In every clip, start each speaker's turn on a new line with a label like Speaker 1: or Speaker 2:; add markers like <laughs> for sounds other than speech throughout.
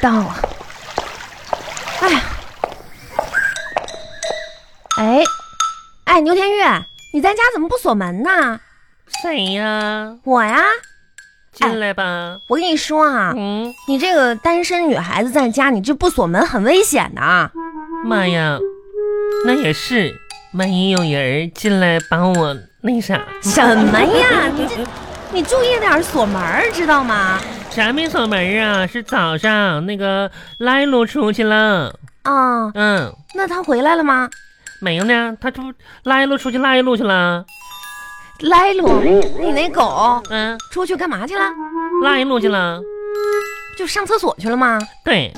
Speaker 1: 到了。哎呀，哎，哎，牛天玉，你在家怎么不锁门呢？
Speaker 2: 谁呀？
Speaker 1: 我呀，
Speaker 2: 进来吧。
Speaker 1: 我跟你说哎啊，
Speaker 2: 嗯，
Speaker 1: 你这个单身女孩子在家，你这不锁门很危险的啊。
Speaker 2: 妈呀，那也是，万一有人进来把我那啥，
Speaker 1: 什么哎
Speaker 2: <laughs>
Speaker 1: 呀？你这，你注意点儿锁门儿，知道吗？
Speaker 2: 啥没锁门啊？是早上那个莱鲁出去了。
Speaker 1: 啊、
Speaker 2: 嗯，
Speaker 1: 那他回来了吗？
Speaker 2: 没有呢，他这不莱鲁出去拉一路去了。
Speaker 1: 莱鲁，你那狗
Speaker 2: 嗯，
Speaker 1: 出去干嘛去了？
Speaker 2: 拉一路去了。
Speaker 1: 就上厕所去了吗？
Speaker 2: 对，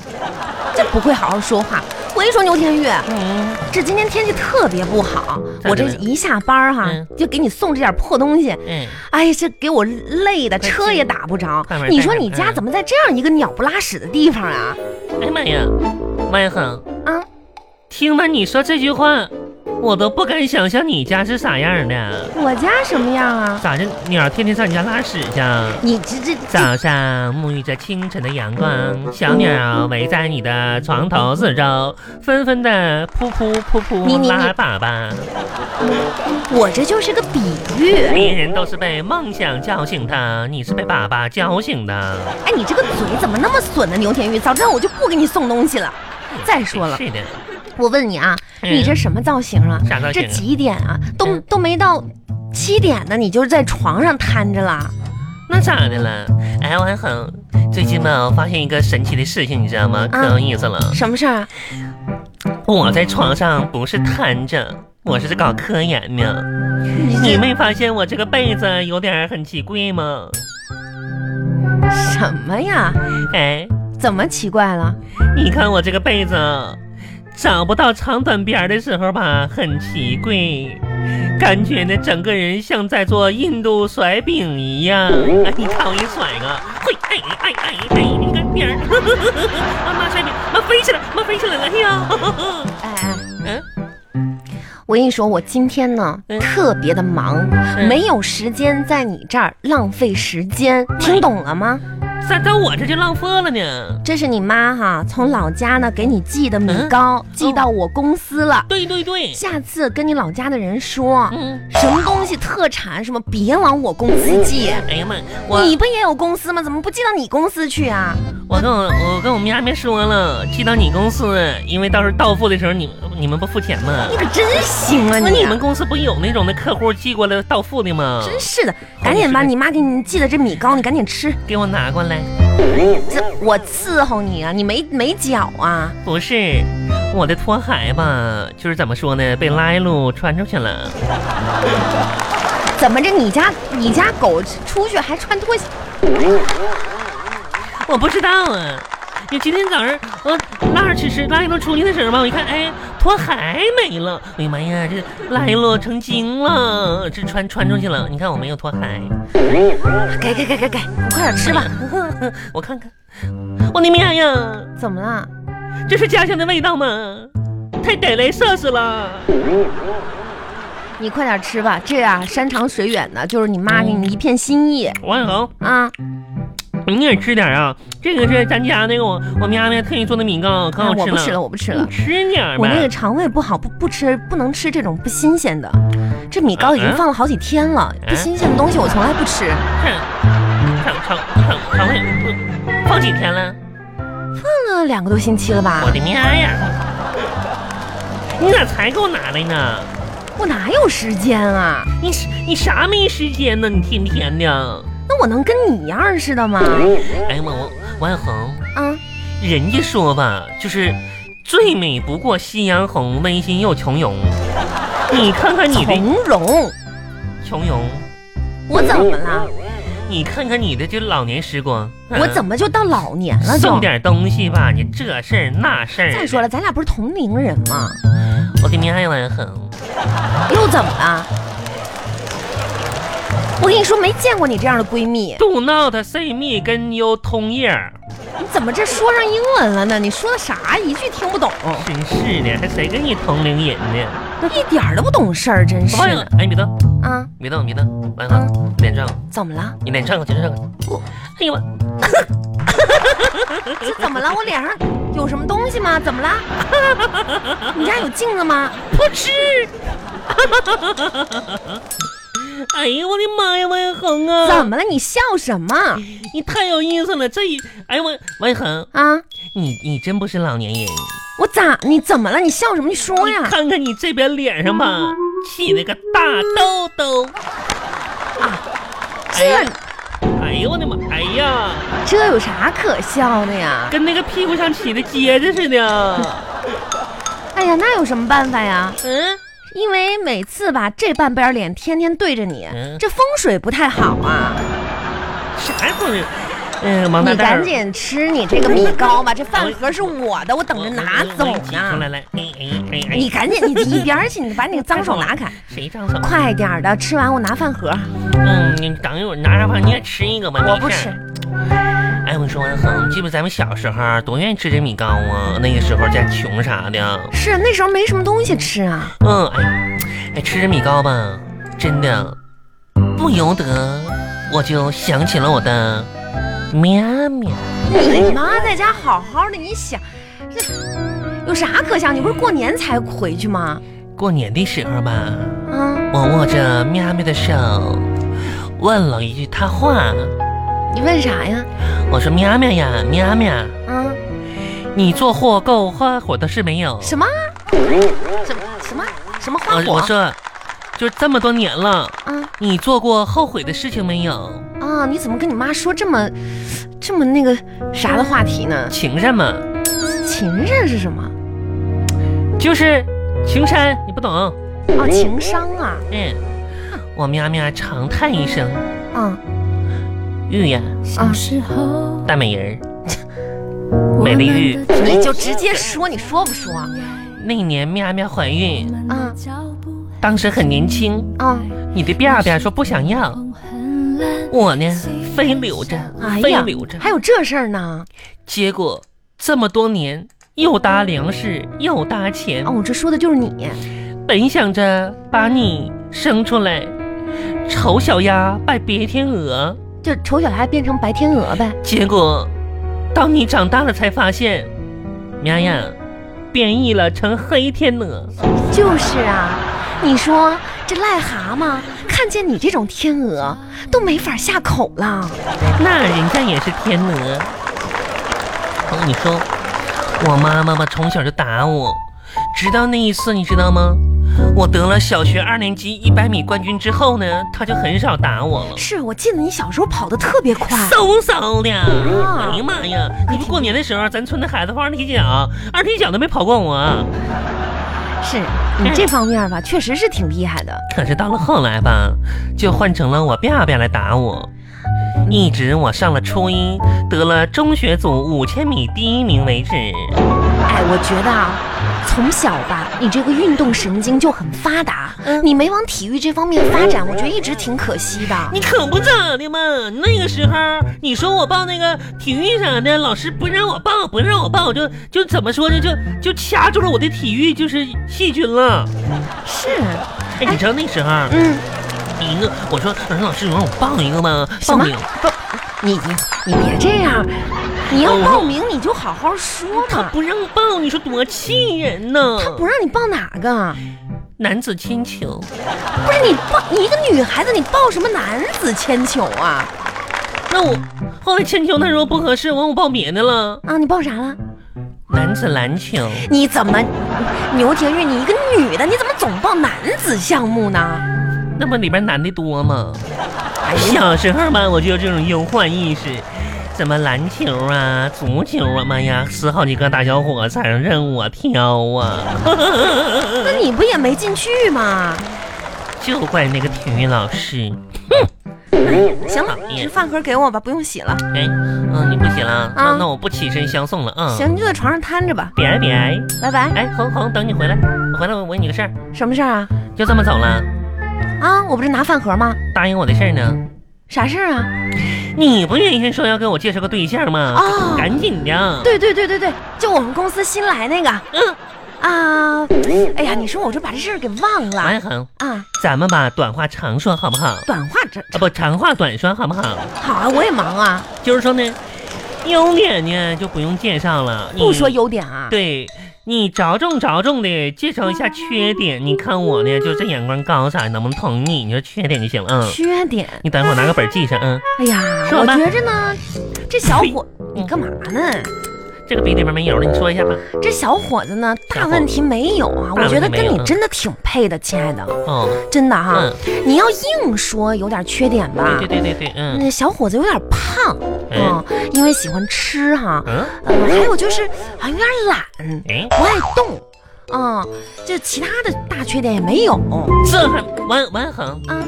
Speaker 1: 这不会好好说话。我跟你说，牛天玉，
Speaker 2: 嗯，
Speaker 1: 这今天天气特别不好，
Speaker 2: 咋
Speaker 1: 我
Speaker 2: 的
Speaker 1: 这
Speaker 2: 了
Speaker 1: 一下班儿哈
Speaker 2: 嗯，
Speaker 1: 就给你送这点破东西。
Speaker 2: 哎，
Speaker 1: 哎，这给我累的，车也打不着
Speaker 2: 快。点
Speaker 1: 你说你
Speaker 2: 快点
Speaker 1: 家怎么在这样一个鸟不拉屎的地方啊？
Speaker 2: 哎妈呀，万恒，
Speaker 1: 啊，
Speaker 2: 听完你说这句话，我都不敢想象你家是啥样的。
Speaker 1: 我家什么样啊？
Speaker 2: 咋这鸟天天上你家拉屎去？啊？
Speaker 1: 你这这这，
Speaker 2: 早上沐浴着清晨的阳光，小鸟围在你的床头四周，纷纷的噗噗噗
Speaker 1: 你
Speaker 2: 噗
Speaker 1: 你
Speaker 2: 拉粑粑。
Speaker 1: 我这就是个比喻。
Speaker 2: 别人都是被梦想叫醒的，你是被粑粑叫醒的。
Speaker 1: 哎，你这个嘴怎么那么损呢，牛天玉？早知道我就不给你送东西了。再说了，
Speaker 2: 是的，
Speaker 1: 我问你啊，
Speaker 2: 嗯
Speaker 1: 你这什么造型啊？
Speaker 2: 啥造型
Speaker 1: 这
Speaker 2: 啊
Speaker 1: 几点啊？都
Speaker 2: 嗯
Speaker 1: 都没到七点呢，你就是在床上瘫着了。
Speaker 2: 那咋的了？哎，王恒，最近吧，我发现一个神奇的事情，你知道吗？
Speaker 1: 啊
Speaker 2: 可有意思了。
Speaker 1: 什么事儿啊？
Speaker 2: 我在床上不是瘫着，我是在搞科研呢。你没发现我这个被子有点很奇怪吗？
Speaker 1: 什么呀？
Speaker 2: 哎。
Speaker 1: 怎么奇怪了？
Speaker 2: 你看我这个被子，找不到长短边儿的时候吧，很奇怪，感觉呢整个人像在做印度甩饼一样。哎、你看我一甩啊，嘿，哎哎哎哎，你看边儿， <laughs> 呵呵呵呵啊妈甩饼，妈飞起来，妈飞起来了，哎呀，呵呵呵
Speaker 1: 哎哎，
Speaker 2: 嗯，
Speaker 1: 我跟你说，我今天呢、
Speaker 2: 嗯
Speaker 1: 特别的忙，没有时间在你这儿浪费时间，
Speaker 2: 嗯
Speaker 1: 听懂了吗？
Speaker 2: 咋到我这就浪费了呢？
Speaker 1: 这是你妈哈从老家呢给你寄的米
Speaker 2: 嗯
Speaker 1: 糕，寄到我公司了。
Speaker 2: 对对对，
Speaker 1: 下次跟你老家的人说，
Speaker 2: 嗯，
Speaker 1: 什么东西特产什么，别往我公司寄。
Speaker 2: 哎呀妈，我
Speaker 1: 你不也有公司吗？怎么不寄到你公司去啊？
Speaker 2: 我跟我我跟我们家没说了，寄到你公司，因为到时候到付的时候你你们不付钱吗？
Speaker 1: 你可真行啊
Speaker 2: 那
Speaker 1: 你！
Speaker 2: 你们公司不有那种的客户寄过来到付的吗？
Speaker 1: 真是的，赶紧把
Speaker 2: 是
Speaker 1: 你妈给你寄的这米糕，你赶紧吃。
Speaker 2: 给我拿过来。
Speaker 1: 这我伺候你啊，你没没脚啊？
Speaker 2: 不是，我的拖鞋吧，就是怎么说呢，被拉一路穿出去了。
Speaker 1: 怎么着？你家你家狗出去还穿拖鞋？
Speaker 2: 我不知道啊，因为今天早上我拉着去吃拉一路出去的时候吧，我一看，哎，拖鞋没了。哎呀妈呀，这拉一路成精了，这穿穿出去了。你看我没有拖鞋，
Speaker 1: 给给给给给，你快点吃吧。
Speaker 2: <laughs> 我看哦看，我的妈呀，
Speaker 1: 怎么了？
Speaker 2: 这是家乡的味道吗？太得雷瑟死了。
Speaker 1: 你快点吃吧。这啊，山长水远的，就是你妈给你一片心意
Speaker 2: 王小红。
Speaker 1: 啊。
Speaker 2: 你也吃点啊，这个是咱家那个我我们家那特意做的米糕，可
Speaker 1: 啊
Speaker 2: 好
Speaker 1: 我
Speaker 2: 哎吃
Speaker 1: 不吃了，
Speaker 2: 了。
Speaker 1: 我不吃了
Speaker 2: 你。吃点儿
Speaker 1: 我那个
Speaker 2: 呗。
Speaker 1: 肠胃不好，不不吃，不能吃这种不新鲜的。这米糕已经
Speaker 2: 嗯
Speaker 1: 放了好几天了，
Speaker 2: 嗯
Speaker 1: 不新鲜的东西我从来不吃。
Speaker 2: 肠肠肠肠肠胃不放几天了？
Speaker 1: 放了两个多星期了吧
Speaker 2: 我？的妈呀！你咋才给我拿来呢？
Speaker 1: 我哪有时间啊？
Speaker 2: 你是你啥没时间呢？你天天的。
Speaker 1: 那我能跟你一样似的吗？
Speaker 2: 哎呀妈，我王小红，
Speaker 1: 啊，
Speaker 2: 人家说吧，就是最美不过夕阳红，温馨又从
Speaker 1: <laughs>
Speaker 2: 容。你看看你的
Speaker 1: 从容。
Speaker 2: 从容，
Speaker 1: 我怎么了？
Speaker 2: 你看看你的这老年时光。
Speaker 1: 我怎
Speaker 2: 么？
Speaker 1: 么就到老年了就
Speaker 2: 送？点东西吧，你这事儿那事儿。
Speaker 1: 再说了，咱俩不是同龄人吗？
Speaker 2: 我的妈呀，万恒，
Speaker 1: 又怎么了？我跟你说，没见过你这样的闺蜜，
Speaker 2: 杜闹的 say me 跟 you 通叶儿，
Speaker 1: 你怎么这说上英文了呢？你说的啥？一句听不懂，
Speaker 2: 真是的，还谁跟你同龄人呢？
Speaker 1: 一点儿都不懂事儿，真是
Speaker 2: 万恒
Speaker 1: 的，
Speaker 2: 哎，你别动，
Speaker 1: 啊！
Speaker 2: 别动，别动，万恒，脸转过，
Speaker 1: 怎么了？
Speaker 2: 你脸转过去，转过去。哎呀妈！
Speaker 1: 这怎么了？我脸上有什么东西吗？怎么啦？你家有镜子吗？
Speaker 2: 不吃。哎呀，我的妈呀，万恒啊！
Speaker 1: 怎么了？你笑什么
Speaker 2: 你太有意思了，这一哎呀，万万恒，
Speaker 1: 啊？
Speaker 2: 你你真不是老年人。
Speaker 1: 我咋？你怎么了？你笑什么？你说
Speaker 2: 你
Speaker 1: 呀！
Speaker 2: 看看你这边脸上吧，起了个大痘痘。哎呀
Speaker 1: 这
Speaker 2: 哎呦我的妈！哎呀，
Speaker 1: 这有啥可笑的呀？
Speaker 2: 跟那个屁股上起的疖子似的。
Speaker 1: 哎呀，那有什么办法呀？
Speaker 2: 嗯，
Speaker 1: 因为每次吧，这半边脸天天对着你
Speaker 2: 嗯，
Speaker 1: 这风水不太好啊。
Speaker 2: 啥不是？嗯，王大
Speaker 1: 你
Speaker 2: 蛋儿
Speaker 1: 赶紧吃你这个米糕吧，这饭盒是我的，我等着拿走
Speaker 2: 我我我挤出
Speaker 1: 呢。
Speaker 2: 来来，哎哎哎哎，
Speaker 1: 你赶紧，你一边儿去，你把你的脏手拿
Speaker 2: <laughs>
Speaker 1: 开，
Speaker 2: 谁上手？
Speaker 1: 快点儿的，吃完我拿饭盒。
Speaker 2: 嗯，你等一会儿拿上饭，你也吃一个吧。
Speaker 1: 我
Speaker 2: 没
Speaker 1: 不
Speaker 2: 事
Speaker 1: 吃
Speaker 2: 儿。，哎，我说王恒，你记不咱们小时候多愿意吃这米糕啊？那个时候家穷啥的，
Speaker 1: 是那时候没什么东西吃
Speaker 2: <laughs>
Speaker 1: 啊。
Speaker 2: 嗯，哎，哎，吃这米糕吧，真的不由得我就想起了我的喵喵。
Speaker 1: 你妈在家好好的，你想这有啥可想？你不是过年才回去吗？
Speaker 2: 过年的时候吧，
Speaker 1: 嗯，
Speaker 2: 我握着喵喵的手，问了一句他话，
Speaker 1: 你问啥呀？
Speaker 2: 我说喵喵呀，喵喵，
Speaker 1: 嗯，
Speaker 2: 你做货够花火的事没有？
Speaker 1: 什么？什么什么什么花
Speaker 2: 我我
Speaker 1: 火？
Speaker 2: 说，就这么多年了，
Speaker 1: 啊
Speaker 2: 你做过后悔的事情没有？
Speaker 1: 啊！你怎么跟你妈说这么这么那个啥的话题呢？
Speaker 2: 情人嘛，
Speaker 1: 情人是什么？
Speaker 2: 就是情深，你不懂。
Speaker 1: 哦，情商啊，
Speaker 2: 嗯，我喵喵长叹一声，
Speaker 1: 嗯
Speaker 2: 玉呀，
Speaker 1: 啊，
Speaker 3: 时候，
Speaker 2: 大美人儿。美
Speaker 3: 美
Speaker 2: 丽
Speaker 3: 丽
Speaker 2: 玉
Speaker 3: 玉，
Speaker 1: 你就直接说，你说不说？
Speaker 2: 那年喵喵怀孕，
Speaker 1: 啊
Speaker 2: 当时很年轻，
Speaker 1: 啊，
Speaker 2: 你的辫儿辫儿说不想要，我呢非留着
Speaker 1: 哎，
Speaker 2: 非
Speaker 1: 呀
Speaker 2: 留着，
Speaker 1: 还有这事儿呢？
Speaker 2: 结果这么多年又搭粮食又搭钱
Speaker 1: 哦，，我这说的就是你，
Speaker 2: 本想着把你生出来，丑小鸭拜白天鹅，
Speaker 1: 就丑小鸭变成白天鹅呗。
Speaker 2: 结果当你长大了才发现，喵呀，变异了成黑天鹅。
Speaker 1: 就是啊，你说这癞蛤蟆看见你这种天鹅都没法下口了。
Speaker 2: 那人家也是天鹅。哦，你说我妈妈吧，从小就打我，直到那一次，你知道吗？我得了小学二年级一百米冠军之后呢，她就很少打我了。
Speaker 1: 是我记得你小时候跑得特别快，
Speaker 2: 嗖嗖的，哎呀妈呀！你不过年的时候，咱村的孩子放二踢脚，二踢脚都没跑过我。
Speaker 1: 是你这方面吧，确实是挺厉害的。
Speaker 2: 可是到了后来吧，就换成了我爸爸来打我，一直我上了初一，得了中学组五千米第一名为止。
Speaker 1: 哎，我觉得啊，从小吧，你这个运动神经就很发达，你没往体育这方面发展，我觉得一直挺可惜的。
Speaker 2: 你可不咋的嘛！那个时候你说我报那个体育啥的，老师不让我报，不让我报，就就怎么说呢？就就掐住了我的体育就是细菌了。
Speaker 1: 是，
Speaker 2: 哎，你知道那时候
Speaker 1: 嗯，
Speaker 2: 一个我说老师老师，你让我报一个吧，
Speaker 1: 什
Speaker 2: 报
Speaker 1: 么
Speaker 2: 名。
Speaker 1: 不，你你别这样，你要
Speaker 2: 哦我
Speaker 1: 报名你就好好说
Speaker 2: 他
Speaker 1: 嘛。
Speaker 2: 不让报，你说多气人呢！
Speaker 1: 他不让你报哪个？
Speaker 2: 男子铅球，
Speaker 1: 不是你报你一个女孩子，你报什么男子铅球啊？
Speaker 2: 那我后来铅球他说不合适，我让我报别的了，
Speaker 1: 啊，你报啥了？
Speaker 2: 男子篮球。
Speaker 1: 你怎么，牛田玉，你一个女的，你怎么总报男子项目呢？
Speaker 2: 那不里边男的多吗？
Speaker 1: 哎呀，
Speaker 2: 小时候吧，我就有这种忧患意识，什么篮球啊、足球啊，妈呀，死好几个大小伙才能任我挑啊！
Speaker 1: 那你不也没进去吗？
Speaker 2: 就怪那个体育老师。
Speaker 1: 行了，这饭盒给我吧，不用洗了。
Speaker 2: 哎，嗯、你不行了，那
Speaker 1: 啊
Speaker 2: 那我不起身相送了啊。，
Speaker 1: 行，你就在床上瘫着吧。
Speaker 2: 别别，
Speaker 1: 拜拜。
Speaker 2: 哎，红红，等你回来，我回来我问你个事儿，
Speaker 1: 什么事儿啊？
Speaker 2: 就这么走了，
Speaker 1: 啊，我不是拿饭盒吗？
Speaker 2: 答应我的事儿呢？
Speaker 1: 啥事儿啊？
Speaker 2: 你不原先说要给我介绍个对象吗？
Speaker 1: 哦
Speaker 2: 赶紧的。
Speaker 1: 对对对对对，就我们公司新来那个。嗯。啊，哎呀，你说我就把这事儿给忘了
Speaker 2: 王恒，
Speaker 1: 啊。
Speaker 2: 咱们把短话长说好不好？啊
Speaker 1: 短话这
Speaker 2: 不，长话短说好不好？
Speaker 1: 好啊，我也忙啊。
Speaker 2: 就是说呢，优点呢就不用介绍了，你
Speaker 1: 不说优点啊，
Speaker 2: 对你着重着重的介绍一下缺点，你看我呢就这眼光高啥，能不能同意？你说缺点就行了，嗯，
Speaker 1: 缺点，
Speaker 2: 你等会儿拿个本记上，嗯，
Speaker 1: 哎呀，
Speaker 2: 说
Speaker 1: 我
Speaker 2: 吧
Speaker 1: 觉着呢，这小伙
Speaker 2: 嗯
Speaker 1: 你干嘛呢？
Speaker 2: 这个笔里边没有了，你说一下吧。
Speaker 1: 这小伙子呢，大问题没有啊，
Speaker 2: 大问
Speaker 1: 我
Speaker 2: 题
Speaker 1: 觉得跟
Speaker 2: 没有
Speaker 1: 你
Speaker 2: 嗯
Speaker 1: 真的挺配的，亲爱的，
Speaker 2: 哦，
Speaker 1: 真的哈
Speaker 2: 嗯，
Speaker 1: 你要硬说有点缺点吧
Speaker 2: 对，对对对，嗯
Speaker 1: 那小伙子有点胖
Speaker 2: 嗯
Speaker 1: 啊，因为喜欢吃哈，
Speaker 2: 嗯，
Speaker 1: 呃，还有就是啊有点懒，
Speaker 2: 哎，
Speaker 1: 不爱动，啊，这其他的大缺点也没有
Speaker 2: 这还王王恒，
Speaker 1: 啊。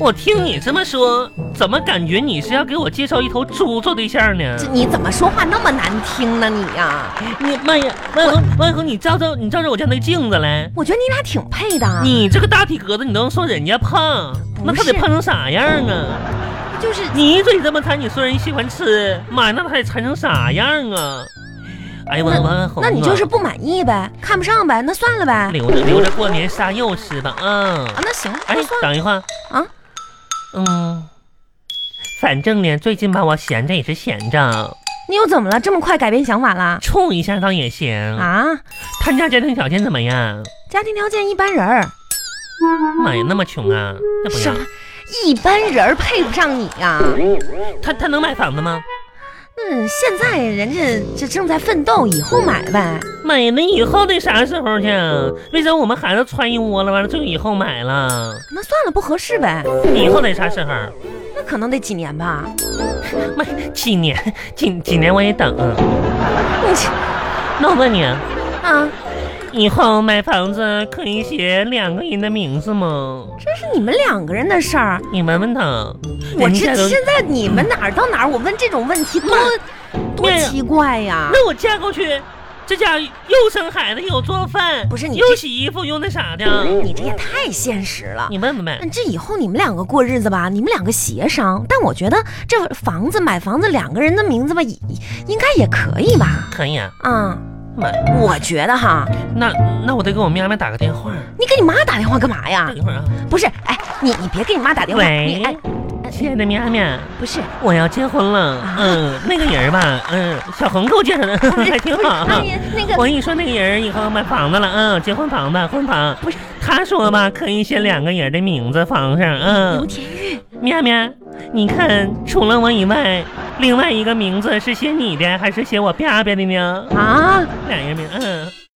Speaker 2: 我听你这么说，怎么感觉你是要给我介绍一头猪做对象呢
Speaker 1: 这？你怎么说话那么难听呢你啊呀、
Speaker 2: 你妈呀，万恒，万恒，你照照你照照我家那镜子来。
Speaker 1: 我觉得你俩挺配的啊，
Speaker 2: 你这个大体格子，你都能说人家胖，那
Speaker 1: 不
Speaker 2: 他
Speaker 1: 是
Speaker 2: 得胖成啥样啊？
Speaker 1: 就是
Speaker 2: 你一嘴这么馋，你说人喜欢吃，妈呀，那他得馋成啥样啊？哎呀，我我红啊
Speaker 1: 那你就是不满意呗，看不上呗，那算了呗。啊，
Speaker 2: 留着留着过年杀肉吃吧，嗯。
Speaker 1: 那行，
Speaker 2: 哎
Speaker 1: 那算，了
Speaker 2: 等一会儿
Speaker 1: 啊。
Speaker 2: 嗯，反正呢，最近吧，我闲着也是闲着，
Speaker 1: 你又怎么了？这么快改变想法啦？
Speaker 2: 处一下倒也行。
Speaker 1: 啊，
Speaker 2: 他家家庭条件怎么样？
Speaker 1: 家庭条件一般人儿，
Speaker 2: 妈呀，那么穷啊？那不
Speaker 1: 啥
Speaker 2: 要。
Speaker 1: 一般人儿配不上你啊呀、
Speaker 2: 他他能买房子吗？
Speaker 1: 嗯，现在人家这正在奋斗，以后买呗。
Speaker 2: 买了以后得啥时候去啊？为啥我们孩子穿一窝了，完了就以后买了？
Speaker 1: 那算了，不合适呗。
Speaker 2: 以后得啥时候？
Speaker 1: 那可能得几年吧。 <laughs>
Speaker 2: 妈，几年几几年我也等。啊
Speaker 1: 你这
Speaker 2: 那我问你，
Speaker 1: 啊，
Speaker 2: 以后买房子可以写两个人的名字吗？
Speaker 1: 这是你们两个人的事儿。
Speaker 2: 你问问他，
Speaker 1: 我
Speaker 2: 人
Speaker 1: 这
Speaker 2: 家都
Speaker 1: 现在你们哪儿到哪儿，我问这种问题多多
Speaker 2: 面
Speaker 1: 奇怪呀！
Speaker 2: 那我嫁过去，这家又生孩子又做饭，
Speaker 1: 不是你
Speaker 2: 又
Speaker 1: 这嗯
Speaker 2: 洗衣服又那啥的，
Speaker 1: 你这也太现实了。
Speaker 2: 你问问呗
Speaker 1: 那。这以后你们两个过日子吧，你们两个协商。但我觉得这房子买房子两个人的名字吧，也应该也可以吧？
Speaker 2: 可以啊，
Speaker 1: 啊、
Speaker 2: 妈，
Speaker 1: 我觉得哈，
Speaker 2: 那那我得给我喵喵打个电话，
Speaker 1: 你给你妈打电话干嘛呀
Speaker 2: 等？一会儿啊。
Speaker 1: 不是，哎，你你别给你妈打电话，
Speaker 2: 喂啊
Speaker 1: 你哎，啊
Speaker 2: 亲爱的喵喵，
Speaker 1: 不是，
Speaker 2: 我要结婚了。嗯，那个人吧，嗯，小红给我介绍的，还挺好。
Speaker 1: 哎呀，那
Speaker 2: 我
Speaker 1: 个
Speaker 2: 跟你说，那个人以后买房子了，嗯，结婚房子，婚房。
Speaker 1: 不是
Speaker 2: 他说吧，可以写两个人的名字房上，
Speaker 1: 刘
Speaker 2: 嗯，
Speaker 1: 天玉，
Speaker 2: 喵喵，你看，除了我以外，另外一个名字是写你的还是写我吧吧的呢？
Speaker 1: 啊，
Speaker 2: 俩人名，嗯，